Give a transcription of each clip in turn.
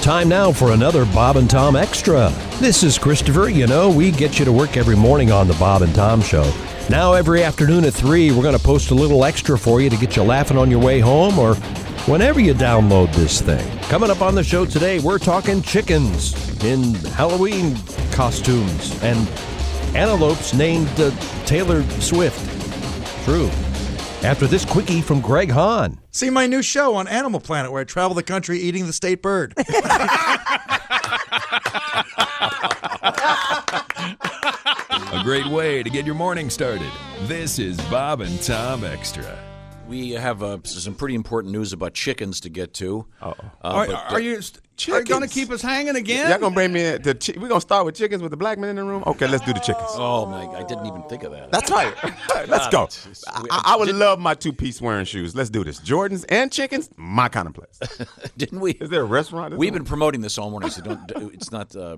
Time now for another Bob and Tom Extra. This is Christopher. You know, we get you to work every morning on the Bob and Tom Show. Now, every afternoon at 3, we're going to post a little extra for you to get you laughing on your way home or whenever you download this thing. Coming up on the show today, we're talking chickens in Halloween costumes and antelopes named uh, Taylor Swift. True. After this quickie from Greg Hahn. See my new show on Animal Planet where I travel the country eating the state bird. A great way to get your morning started. This is Bob and Tom Extra. We have uh, some pretty important news about chickens to get to. Uh, Are, but, are uh, you st- are you gonna keep us hanging again? Y'all gonna bring me the? Chi- we gonna start with chickens with the black man in the room. Okay, let's do the chickens. Oh my! I didn't even think of that. That's right. let's go. I, I- I would love my two piece wearing shoes. Let's do this. Jordans and chickens, my kind of place. didn't we? Is there a restaurant? We've been promoting this all morning, so don't. It's not. Uh,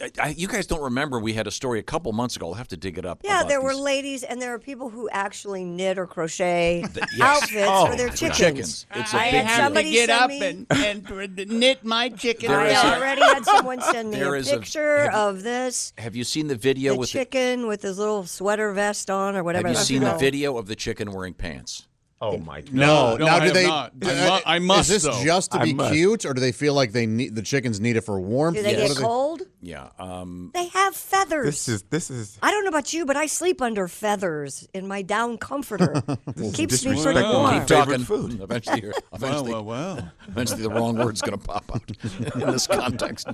I, I, you guys don't remember we had a story a couple months ago. I'll have to dig it up. Yeah, about there were these- ladies, and there are people who actually knit or crochet yes. outfits for their for chickens. Oh, chickens. It's a I big have deal. to Somebody get send up me- and, and knit my chicken. There I is a- already had someone send me There a is a- picture have you- of this Have you seen the video the with the- chicken with his little sweater vest on or whatever. Have you that's seen the called. video of the chicken wearing pants? Oh my god. No, no, now I do have they? not. I uh, mu- I must, Is this though. just to I be must. cute, or do they feel like they need the chickens need it for warmth? Do they What get do cold? Yeah. Um, They have feathers. This is this is I don't know about you, but I sleep under feathers in my down comforter. Keeps me pretty disrespectful. warm. Keep talking. food. Eventually, you're- Well, eventually, Oh, well, well. eventually the wrong word's going to pop out in this context.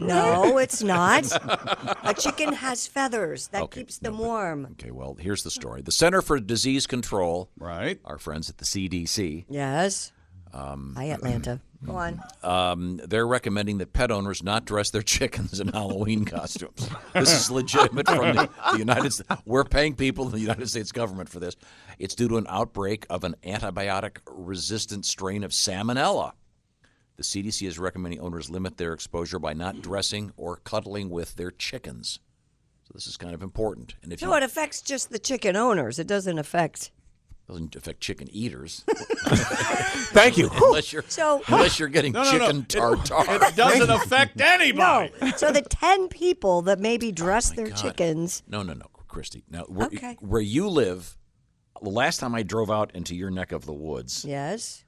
No, it's not. A chicken has feathers that keeps them warm. Okay, well, here's the story. The Center for Disease Control, Right. our friends at the CDC, Yes. Hi, Atlanta. Go on. um, they're recommending that pet owners not dress their chickens in Halloween costumes. This is legitimate from the, the United States. We're paying people in the United States government for this. It's due to an outbreak of an antibiotic resistant strain of salmonella. The CDC is recommending owners limit their exposure by not dressing or cuddling with their chickens. So this is kind of important. And if you So it affects just the chicken owners. It doesn't affect. doesn't affect chicken eaters, Thank you. unless you're So unless you're getting No, no, no. chicken tartare. It doesn't affect no. anybody. So the ten people that Oh maybe dress their chickens. No, no, no, Christy. Now, where, Okay. where you live, the last time I drove out into your neck of the woods, Yes.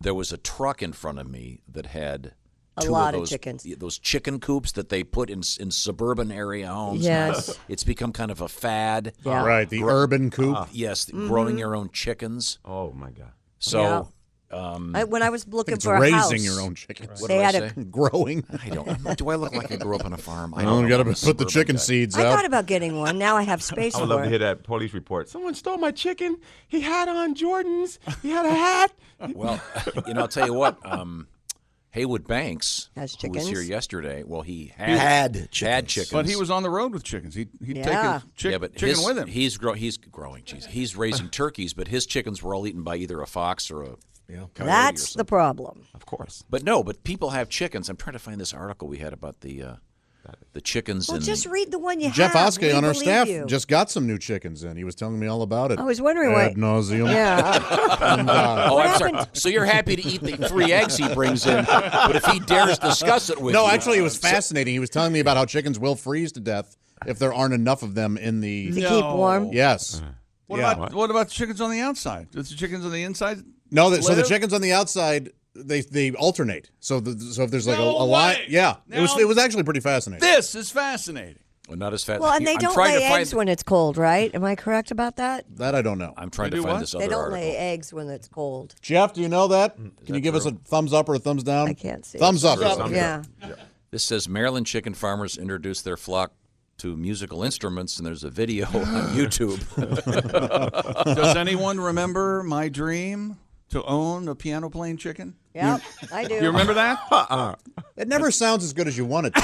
there was a truck in front of me that had A two lot of those, chickens. y- Those chicken coops that they put in s- in suburban area homes. Yes. it's become kind of a fad. they- Yeah. Right, the urban coop. Yes, Mm-hmm. growing your own chickens. Oh my god. So I, when I was looking um, It's for a raising house, your own chickens, what they do I had say? a. growing. I don't. I'm not- Do I look like I grew up on a farm? I I don't. don't know. got I'm a to put the suburban chicken guy. seeds I thought out. about getting one. Now I have space I for would love it. to hear that police report. Someone stole my chicken. He had on Jordans. He had a hat. Well, you know, I'll tell you what. Um, Haywood Banks Has who was here chickens? yesterday. Well, he had had Had chickens. chickens. But he was on the road with chickens. He he'd Yeah. taken chick, yeah, but chicken his- with him. He's grow, he's growing. Geez, he's raising turkeys, but his chickens were all eaten by either a fox or a. That's the problem. Of course. But no, but people have chickens. I'm trying to find this article we had about the uh, the chickens Well, in just read the one you Jeff have. Oskey We on our believe staff you. just got some new chickens in. He was telling me all about it. I was wondering why- Ad nauseum. Yeah. And, uh, Oh, What I'm sorry. happened? So you're happy to eat the three eggs he brings in, but if he dares discuss it with no, you, actually, it was fascinating. He was telling me about how chickens will freeze to death if there aren't enough of them in the. To keep warm. Yes. What Yeah. about what about the chickens on the outside? Does the chickens on the inside? No, that, so the Live? chickens on the outside they they alternate. So the, so if there's like No a, a line, way. yeah, it was Now- it was actually pretty fascinating. This is fascinating. Well, not as fast. Well, and they I'm don't trying lay to find, eggs when it's cold, right? Am I correct about that? that I don't know. I'm trying They to do find what? this other They don't article. lay eggs when it's cold. Jeff, do you know that? Mm, Can you give us a thumbs up or a thumbs down? I can't see. Thumbs it. up. Yeah. This says Maryland chicken farmers introduce their flock to musical instruments, and there's a video on YouTube. Does anyone remember my dream to own a piano playing chicken? Yep, I do. You remember that? Uh-uh. It never sounds as good as you want it to.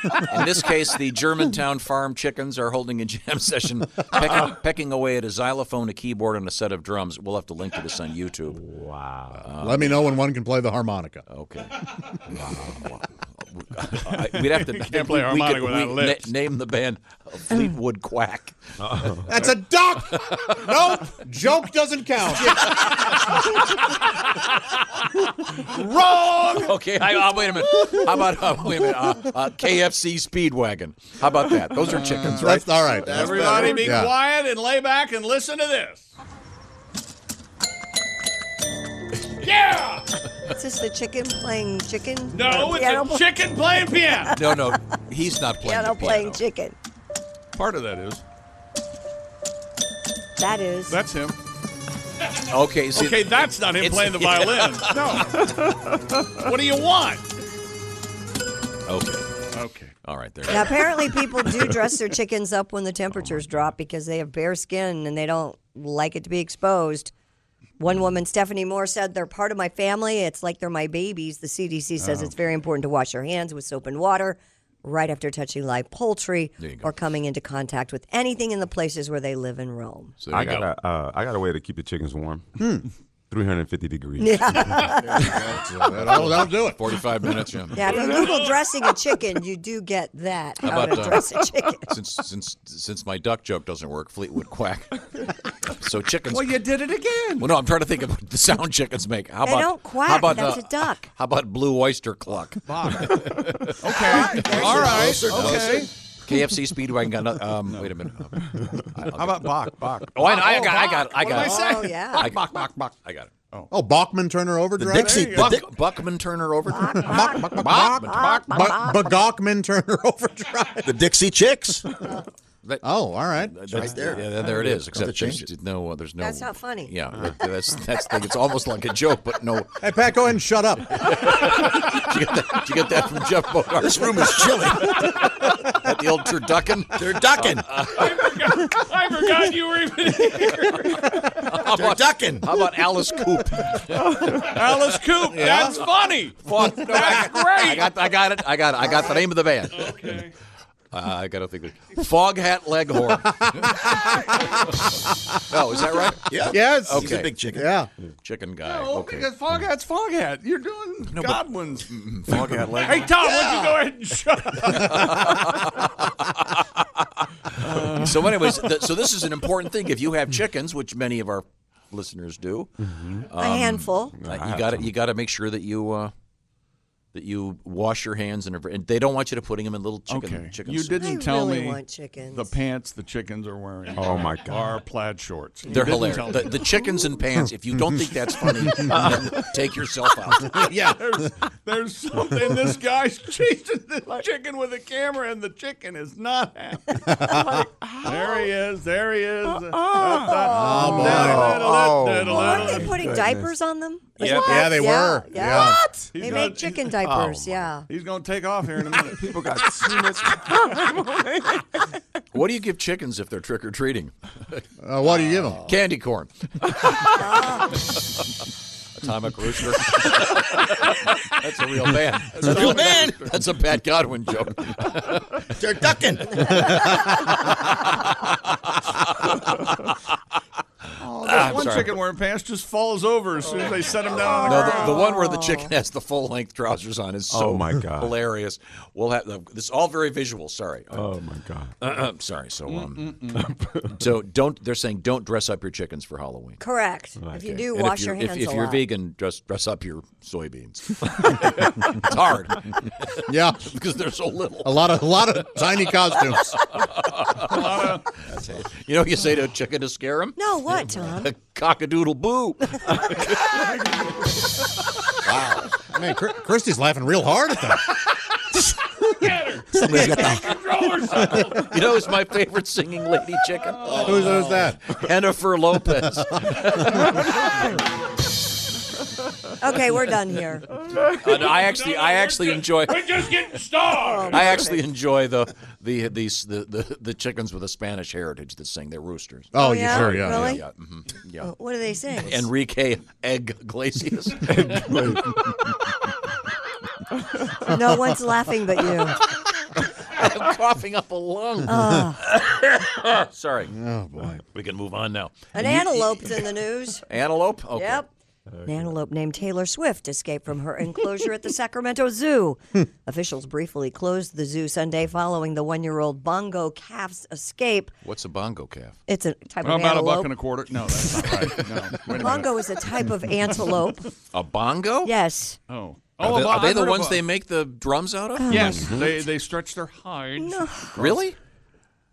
though. In this case, the Germantown farm chickens are holding a jam session, pecking, pecking away at a xylophone, a keyboard, and a set of drums. We'll have to link to this on YouTube. Let me know when one can play the harmonica. Okay. I- We'd have to. can't play we could- harmonica without we- lips. na- name the band Fleetwood Quack. That's a duck. nope, joke doesn't count. Wrong. Okay, I, uh, wait a minute. How about uh, wait a minute? Uh, uh, KFC Speedwagon. How about that? Those are chickens, right? That's all right. That's Everybody better. be Yeah. quiet and lay back and listen to this. Yeah! Is this the chicken playing chicken? No, Or it's piano a chicken playing piano. No, no, he's not playing. Piano the playing piano. chicken. Part of that is. That is. That's him. Okay, see, Okay, that's not him It's- playing the violin. No. What do you want? okay, Okay. all right, there. Now, apparently, people do dress their chickens up when the temperatures drop because they have bare skin and they don't like it to be exposed. One woman, Stephanie Moore, said they're part of my family. It's like they're my babies. The CDC says it's very important to wash your hands with soap and water right after touching live poultry or coming into contact with anything in the places where they live and roam. So there I you got go. a, uh, I got a way to keep the chickens warm. 350 degrees. That'll, that'll do it. Forty-five minutes, Jim. Yeah, if you Google dressing a chicken, you do get that. How about, to uh, dress a chicken. Since since since my duck joke doesn't work, Fleetwood Quack. So chickens. Well, you did it again. Well, no, I'm trying to think of what the sound chickens make. How They about don't quack. How about That's uh, a duck. How about blue oyster cluck? There's All your- right. okay. KFC Speedwagon got another. Um, wait a minute. How about Bach? Bach. Oh, I, I got, I got, I got. What am I saying? Oh, yeah. I, got- I got it. Oh, Bachman Turner Overdrive. Buck, Buckman Turner over. Ba- Bagachman Turner Overdrive. The Dixie Chicks. Oh, all right. That's, there. Yeah, there it Uh-huh. is. Except there's no, uh, there's no. That's not funny. Yeah, that- that's that's. The, it's almost like a joke, but no. Hey, Pat, go ahead and shut up. Did you get that, did you get that from Jeff Bogart? This room is chilly. At the old turducken. Uh, They're ducking. I forgot you were even They're ducking. How about Alice Coop? Alice Coop. That's funny. Fuck, no, I, That's got, great. I got, I got it. I got it. I got the name of the band. Okay. Uh, I gotta think. of- Fog hat leghorn. no, is that right? Yeah. Yes. Okay. Big chicken. Yeah. Chicken guy. Oh, okay. because Foghat's Foghat. You're doing Godwin's. Fog hat leghorn. Hey, Tom, why don't you go ahead and shut up? So, anyways, th- so this is an important thing. If you have chickens, which many of our listeners do, Mm-hmm. a handful. uh, you got to you got to make sure that you uh, that you wash your hands and, every- and they don't want you to putting them in little chicken chicken. You soup. I didn't tell really me want chickens. the pants the chickens are wearing. Oh, my God. Are plaid shorts. You They're didn't hilarious. tell The, me. the chickens and pants. If you don't think that's funny, then take yourself out. there's, there's something. This guy's chasing the chicken with a camera, and the chicken is not happy. there he is. There he is. Oh, boy. Aren't they putting diapers on them? Yep. Yeah, they were. Yeah. Yeah. What? He's They got- make chicken diapers. yeah. He's gonna take off here in a minute. People got too much. What do you give chickens if they're trick or treating? Uh, what do you give them? Candy corn. Atomic Rooster. That's a real man. That's a real man. That's a Pat Godwin joke. They're ducking. Oh, this Ah, one chicken wearing pants just falls over as soon as they set him down on the No, ground. the, the one where the chicken has the full length trousers on is so Oh, my God. hilarious. We'll have this is all very visual. Sorry. Oh, my God. I'm sorry. So um, so don't. They're saying don't dress up your chickens for Halloween. Correct. If you do, And wash if your you're, hands if, if a you're lot. vegan, dress dress up your soybeans. it's hard Yeah. because they're so little. A lot of a lot of tiny costumes. You know, you say to a chicken to scare him. No, what, Tom? Cockadoodle boo. Man, Chr- Christy's laughing real hard at that. Somebody's got the You know, it's my favorite singing lady chicken. Who's, Oh, who's that? Jennifer Lopez. Okay, we're done here. And I actually, I actually enjoy. we're just getting starved. I actually enjoy the the these the, the the chickens with a Spanish heritage that sing. They're roosters. Oh, Oh, yeah? yeah, sure, yeah. Really? yeah. mhm, yeah. Uh, what do they say? Enrique Egg Glacius. No one's laughing but you. I'm coughing up a lung. Ah. Sorry. Oh boy. We can move on now. An antelope's in the news. Antelope. Okay. Yep. An antelope named Taylor Swift escaped from her enclosure at the Sacramento Zoo. Officials briefly closed the zoo Sunday following the one-year-old bongo calf's escape. What's a bongo calf? It's a type How of about a antelope. buck and a quarter? No, that's not right. No. Wait a bongo is minute. a type of antelope. A bongo? Yes. Oh. Are, a they, bo- are they I've the heard of ones a- they make the drums out of? Yes, they they stretch their hides. across- Really?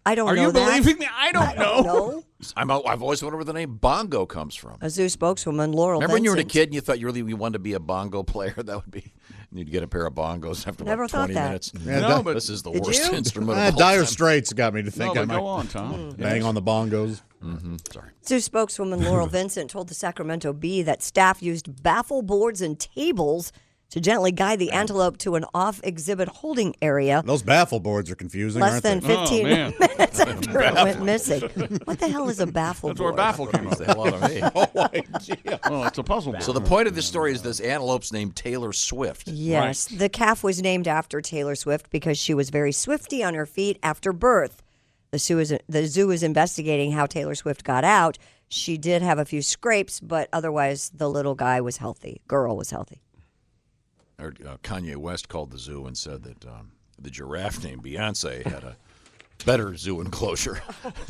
I don't Are know you that. believing me? I don't know. I'm, I've always wondered where the name bongo comes from. A zoo spokeswoman, Laurel. Remember when you were a Vincent- kid and you thought you really you wanted to be a bongo player? That would be. and You'd get a pair of bongos after Never about thought 20 that. minutes. Yeah, No, that- but- this is the Did worst you? instrument Ah, of all Dire time. Straits got me to think No, I but might Hmm. go on, Tom. bang Yes. on the bongos. Mm-hmm. Sorry. Zoo spokeswoman Laurel Vincent told the Sacramento Bee that staff used baffle boards and tables to gently guide the antelope to an off exhibit holding area Those baffle boards are confusing. aren't less than they? Oh, 15 minutes after it went missing. What the hell is a baffle That's where board? baffle came Confused the hell out of me. Oh, it's a puzzle board. So the point of this story is this antelope's named Taylor Swift. Yes, the calf was named after Taylor Swift because she was very swifty on her feet after birth. The zoo is the zoo is investigating how Taylor Swift got out. She did have a few scrapes, but otherwise the little guy was healthy. Girl was healthy. Or, uh, Kanye West called the zoo and said that um, the giraffe named Beyonce had a better zoo enclosure.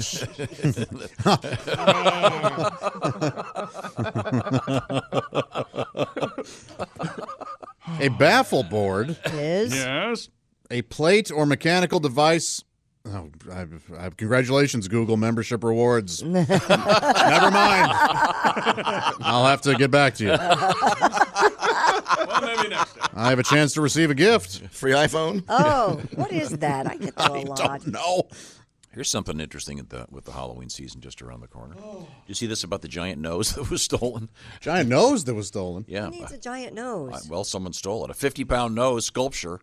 A baffle board is Yes. a plate or mechanical device. Oh, I, I, congratulations, Google membership rewards. Never mind. I'll have to get back to you. Well, maybe next time. I have a chance to receive a gift. Free iPhone? Oh, what is that? I get that a lot. No. Here's something interesting at the, with the Halloween season just around the corner. Did you see this about the giant nose that was stolen? Giant nose that was stolen. Yeah. Who needs uh, a giant nose? uh, well, someone stole it. A 50 pound nose sculpture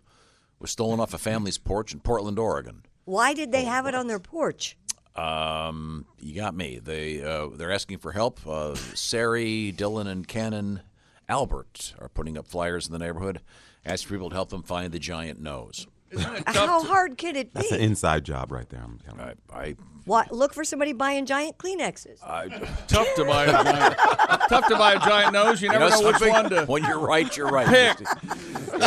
was stolen off a family's porch in Portland, Oregon. Why did they have it on their porch? Um, you got me. They uh, they're asking for help. Uh, Sari, Dylan, and Cannon Albert are putting up flyers in the neighborhood, asking people to help them find the giant nose. How hard could it That's an be? inside job right there. I'm telling you. I What, look for somebody buying giant Kleenexes. Tough to buy a giant, tough to buy a giant nose. You You never know know which something? one to. When you're right, you're right. Pick.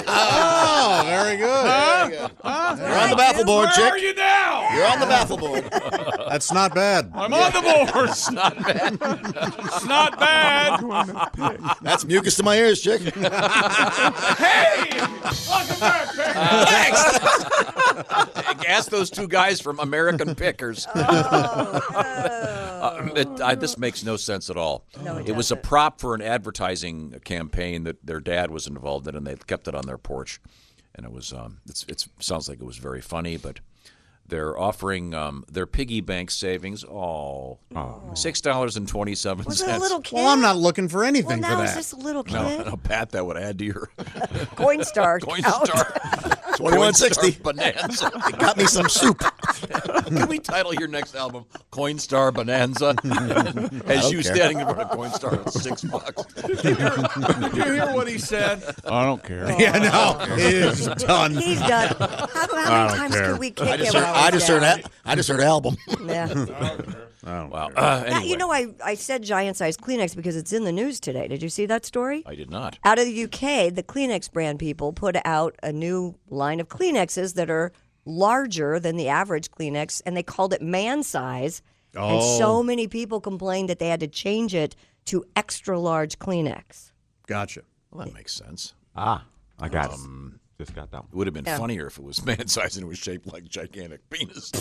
Oh, very good. You're on the baffle board, Where are chick. you now? You're on the baffle board. That's not bad. I'm on the board. It's not bad. it's not bad. That's mucus to my ears, chick. hey, welcome back, Pick. Ask those two guys from American Pickers. Oh, Uh, it- I- this makes no sense at all. No, it was a doesn't. prop for an advertising campaign that their dad was involved in, and they kept it on their porch. And it was, um, it's, it's sounds like it was very funny, but they're offering um, their piggy bank savings. Oh, six dollars and twenty-seven Was it a cents. little kid? Well, I'm not looking for Well, anything now for is that. this a little kid? No, no, Pat, that would add to your Coinstar. coin account. star. 2160. Coinstar bonanza. They got me some soup. Can we title your next album Coinstar Bonanza? As you standing in front of Coinstar with six bucks. Did you hear what he said? I don't care. Yeah, no, it is done. He's done. How, how many times care. can we kick I just him? heard, while I he's just heard, down? al- I just heard album. Yeah. Wow. Uh, That- anyway, You know, I, I said giant sized Kleenex because it's in the news today. Did you see that story? I did not. Out of the UK, the Kleenex brand people put out a new line of Kleenexes that are larger than the average Kleenex, and they called it man size. And so many people complained that they had to change it to extra large Kleenex. Gotcha. Well, that makes sense. Ah, Um, I got it. Just got that It one. would have been funnier if it was man sized and it was shaped like gigantic penis.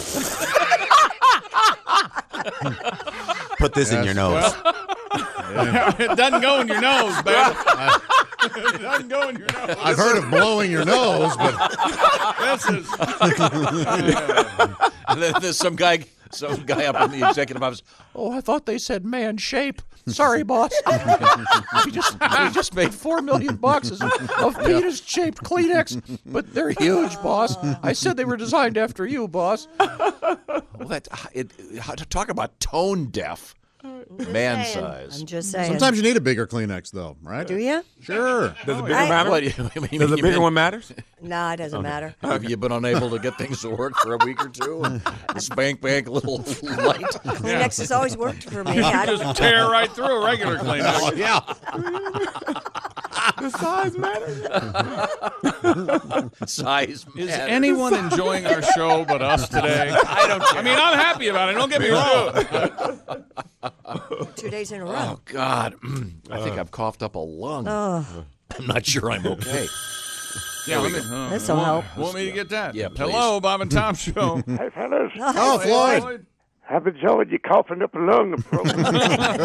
Put this in your nose. it doesn't go in your nose, baby. it doesn't go in your nose. I've heard of blowing your nose, but This is and then there's some guy Some guy up in the executive office. Oh, I thought they said man shape. Sorry, boss. we just we just made four million boxes of penis shaped Kleenex, but they're huge, boss. I said they were designed after you, boss. Well, that it, it, talk about tone deaf. Man saying. size. I'm just saying. Sometimes you need a bigger Kleenex, though, right? Do you? Sure. Does a bigger I- matter? What, you- you mean- Does a you bigger mean- one matter? Nah, it doesn't matter. Have you been unable to get things to work for a week or two? And this bank bank little light. Kleenex has always worked for me. You I can don't- just tear right through a regular Kleenex. Yeah. Does size matter? size. Is matters. anyone enjoying our show but us today? I don't I mean, I'm happy about it. Don't get me wrong. two days in a row. Oh God, Mm, I Uh. think I've coughed up a lung. Uh. I'm not sure I'm okay. Yeah, let me, uh, This'll want, help. Want me to get that? Yeah, please. Hello, Bob and Tom Show. Hey, fellas. Oh, Floyd. Haven't showing you coughing up a lung.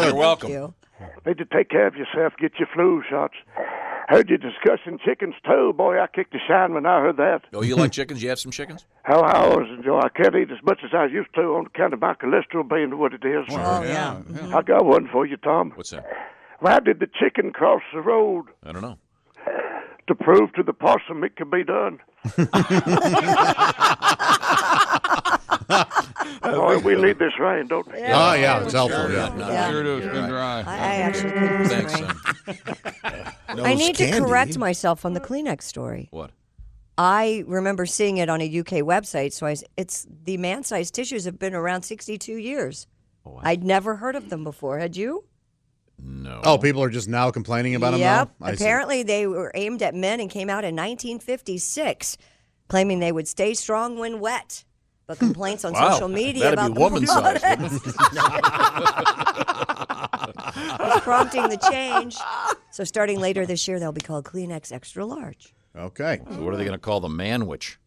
You're welcome. You. Need to take care of yourself. Get your flu shots. Heard you discussing chickens, too. Boy, I kicked a shine when I heard that. Oh, you like chickens? You have some chickens? How I always enjoy. I can't eat as much as I used to on account of my cholesterol being what it is. Oh, yeah. I got one for you, Tom. What's that? Why did the chicken cross the road? I don't know. To prove to the possum it could be done. Boy, we need this rain, don't we? Oh, yeah. It's helpful. Yeah, Yeah. no, Yeah. Sure do. It's been dry. I, I actually could use Uh, Thanks. some rain. Sam. I need to correct myself on the Kleenex story. what? I remember seeing it on a UK website. So I, s- it's the man-sized tissues have been around 62 years. Oh, I'd never heard of them before. Had you? No. Oh, people are just now complaining about him Yep. now? I see. Apparently, they were aimed at men and came out in 1956, claiming they would stay strong when wet. But complaints on social media That'd about be the woman size. products wouldn't it? prompting the change. So starting later this year, they'll be called Kleenex Extra Large. Okay. So what are they going to call the man witch?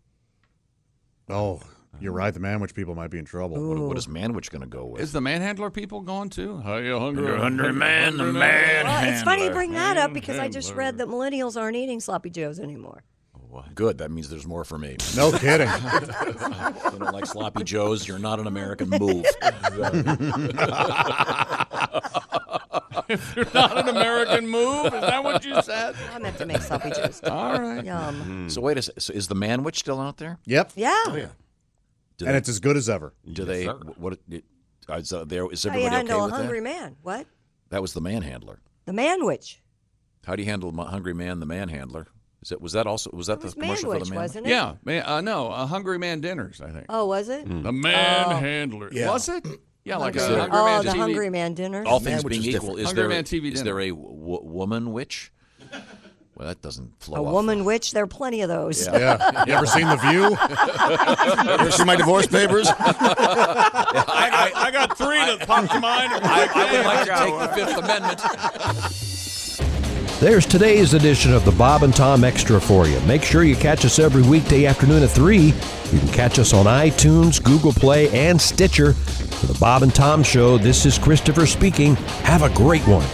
Oh, you're right. The Manwich people might be in trouble. What, what Oh. is man witch going to go with? Is the manhandler people going too? Are you hungry? man, the Well, it's funny you bring that up because I just read that millennials aren't eating sloppy joes anymore. Good. That means there's more for me. No kidding. you don't like sloppy joes. You're not an American. Move. You're not an American move. Is that what you said? I'm gonna have to make sloppy joes. All right. Yum. Hmm. so wait a second. So is the man witch still out there? yep. Yeah. Do And they- it's as good as ever. Do they? What? It, is, uh, there, is How you everybody okay handle with a hungry that? man? What? That was the manhandler. The manwich. How do you handle a hungry man? The manhandler. Is it? Was that also? Was that It was the commercial for manwich, the man? wasn't it? Yeah. Man, uh, no, a hungry man dinners, I think. Oh, was it? The manhandler. Yeah. Was it? Yeah, Mm. like a Is there- hungry man Oh, the TV. hungry man dinner. All things Manwich being is equal, is Hungry there, Man TV is dinner. there a w- woman witch? Well, that doesn't flow. a off woman witch. There are plenty of those. Yeah. You ever seen The View? Ever see my divorce papers? I, got, I got three that popped to mind. I, I would like to take the Fifth Amendment. There's today's edition of the Bob and Tom Extra for you. Make sure you catch us every weekday afternoon at 3. You can catch us on iTunes, Google Play, and Stitcher. For the Bob and Tom Show, this is Christopher speaking. Have a great one.